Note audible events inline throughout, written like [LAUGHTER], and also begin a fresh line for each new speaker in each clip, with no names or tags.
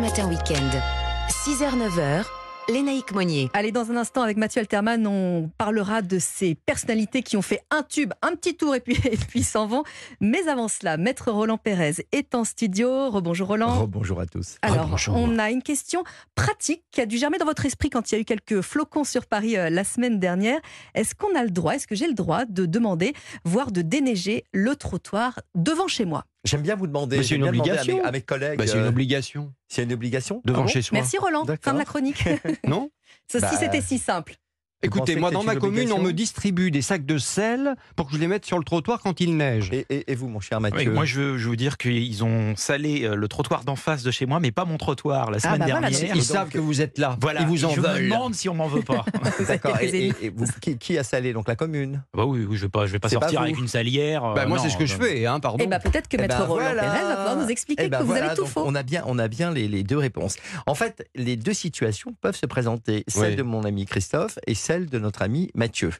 Matin Week-end. 6h-9h, Lénaïque Monnier.
Allez, dans un instant, avec Mathieu Alterman, on parlera de ces personnalités qui ont fait un tube, un petit tour et puis, [LAUGHS] et puis s'en vont. Mais avant cela, Maître Roland Pérez est en studio. Rebonjour Roland.
Bonjour à tous.
Alors, on a une question pratique qui a dû germer dans votre esprit quand il y a eu quelques flocons sur Paris euh, la semaine dernière. Est-ce qu'on a le droit, est-ce que j'ai le droit de demander, voire de déneiger le trottoir devant chez moi
J'aime bien vous demander.
Mais c'est
j'aime
une
bien demander
obligation.
À mes, à mes collègues.
Bah, c'est une
euh,
[LAUGHS]
obligation
c'est une obligation
devant
Ah bon
chez soi.
Merci Roland, fin
D'accord.
de la
[LAUGHS]
chronique.
Non
Ça,
Bah,
si c'était si simple.
Écoutez,
pensez
moi
que
dans
c'est
ma
une
commune, on
obligation
me distribue des sacs de sel pour que je les mette sur le trottoir quand il neige.
Et, et- et vous, mon cher Mathieu
Ah
Ah
Oui, moi, je veux, je veux dire qu'ils ont salé euh, le trottoir d'en face de chez moi, mais pas mon trottoir la
Ah,
semaine
bah voilà,
dernière.
Ils savent que vous êtes là.
Voilà,
Ils vous en
je me
veulent.
demande si on m'en
[LAUGHS]
veut pas.
D'accord.
Vous
Et,
avez des
et- et vous- qui, qui a salé Donc la commune.
bah oui, oui, je vais pas, je vais pas
C'est pas
sortir
vous.
avec une salière. euh,
Bah, moi,
non,
c'est ce que je
euh,
fais, hein, pardon.
Eh bien, peut-être que
Eh
Maître
ben,
Roland
voilà.
Pérez va pouvoir nous expliquer
Eh ben
que vous
voilà,
avez tout
donc
faux.
On a bien, on a bien les, les deux réponses. En fait, les deux situations peuvent se présenter, celle
Oui.
de mon ami Christophe et celle de notre ami Mathieu.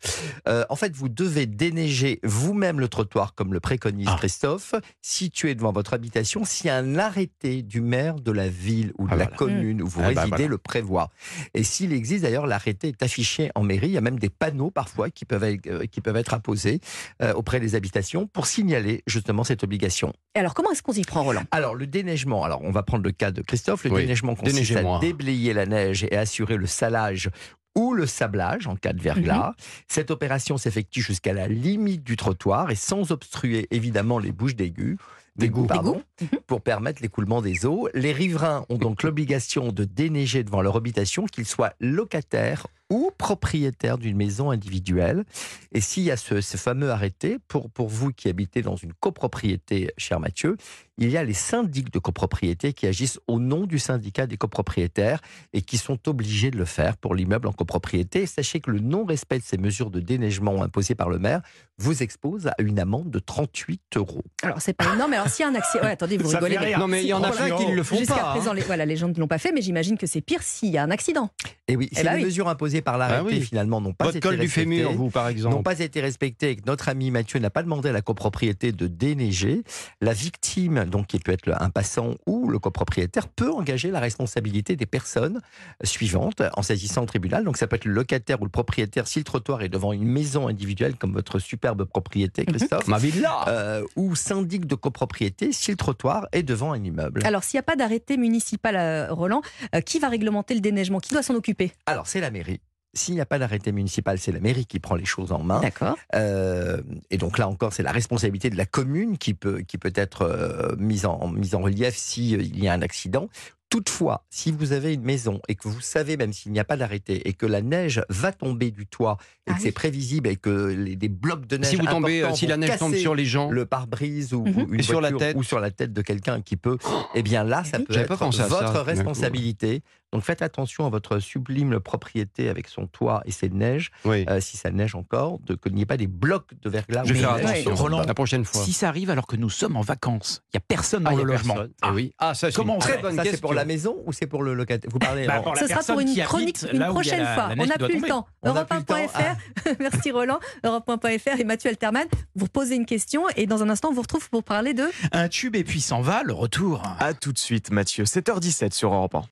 Euh, en fait, vous devez déneiger vous-même le trottoir, comme le préconise
Ah.
Christophe, situé devant votre habitation, si un arrêté du maire de la ville ou de
Ah,
la
voilà.
commune où vous
Ah, bah,
résidez
voilà.
le prévoit. Et s'il existe, d'ailleurs, l'arrêté est affiché en mairie. Il y a même des panneaux parfois qui peuvent être, euh, qui peuvent être apposés euh, auprès des habitations pour signaler justement cette obligation.
Et Alors, comment est-ce qu'on s'y prend, Roland
Alors, le déneigement, alors on va prendre le cas de Christophe. Le
Oui.
déneigement consiste à
Déneigez-moi.
déblayer la neige et assurer le salage ou le sablage en cas de
Mhm.
verglas. Cette opération s'effectue jusqu'à la limite du trottoir et sans obstruer évidemment les bouches d'égout. D'égout, pardon, [LAUGHS] pour permettre l'écoulement des eaux. Les riverains ont donc l'obligation de déneiger devant leur habitation, qu'ils soient locataires ou propriétaires d'une maison individuelle. Et s'il y a ce, ce fameux arrêté, pour, pour vous qui habitez dans une copropriété, cher Mathieu, il y a les syndics de copropriété qui agissent au nom du syndicat des copropriétaires et qui sont obligés de le faire pour l'immeuble en copropriété. Sachez que le non-respect de ces mesures de déneigement imposées par le maire vous expose à une amende de 38 euros.
Alors, c'est pas énorme. Alors, s'il y a un accident. Ouais, attendez, vous
Ça
rigolez.
fait
mais
rire.
Non, mais il y en a
Voilà.
plein qui ne le font
Jusqu'à
pas. hein.
présent, les, voilà, les gens ne l'ont pas fait, mais j'imagine que c'est pire s'il y a un accident.
Et
Eh
oui, si
bah
les
oui.
mesures imposées par l'arrêté
ben oui.
finalement n'ont pas
Votre
été
col du
respectées,
fémur, vous, par
n'ont
exemple.
pas été respectées et que notre ami Mathieu n'a pas demandé à la copropriété de déneiger, la victime, donc qui peut être le- un passant ou le copropriétaire, peut engager la responsabilité des personnes suivantes en saisissant le tribunal. Donc ça peut être le locataire ou le propriétaire si le trottoir est devant une maison individuelle comme votre superbe propriété, Christophe,
Ma villa
euh, ou syndic de copropriété si le trottoir est devant un immeuble.
Alors, s'il n'y a pas d'arrêté municipal, euh, Roland, euh, qui va réglementer le déneigement Qui doit s'en occuper
Alors c'est la mairie. S'il n'y a pas d'arrêté municipal, c'est la mairie qui prend les choses en
Hein?
main.
D'accord.
Euh, et donc là encore, c'est la responsabilité de la commune qui peut, qui peut être euh, mise, en, mise en relief s'il y a un accident. Toutefois, si vous avez une maison et que vous savez, même s'il n'y a pas d'arrêté, et que la neige va tomber du toit, et
Ah
que
oui.
c'est prévisible, et que les, des blocs de neige.
Si vous tombez, euh, si la neige tombe sur les gens.
le pare-brise ou,
Mhm.
ou une
Et sur la
voiture
tête.
ou sur la tête de quelqu'un qui peut, eh bien là, ça
Oui.
peut
J'avais
être
pas pensé à ça,
votre
d'un coup.
responsabilité. Donc faites attention à votre sublime propriété avec son toit et ses neiges.
Oui.
Ah
Euh, si ça neige encore, de, qu'il n'y ait pas des blocs de verglas.
Je vais
ou
faire
de neige.
attention.
ouais, Roland.
La prochaine fois.
Si ça arrive alors que nous sommes en vacances, il n'y a personne dans
Ah, il y
le
a
logement.
personne.
Ah.
Eh oui. Ah, ça, c'est
Comment
une
on
très
fait
bonne
Ça,
question.
c'est pour la maison ou c'est pour le locataire Vous parlez.
Bah,
en-
pour la
Ce sera pour
personne
une
qui
chronique
habite
une
là où il y a
prochaine
la-
fois.
la
On
neige
n'a
qui doit
plus le
tomber.
temps.
On n'a plus le temps.
Ah.
Europe1.fr, [LAUGHS] merci Roland, Europe1.fr et Mathieu Alterman. Vous posez une question et dans un instant, on vous retrouve pour parler de.
Un tube et puis s'en va, le retour.
A tout de suite, Mathieu, 7h17 sur Europe 1.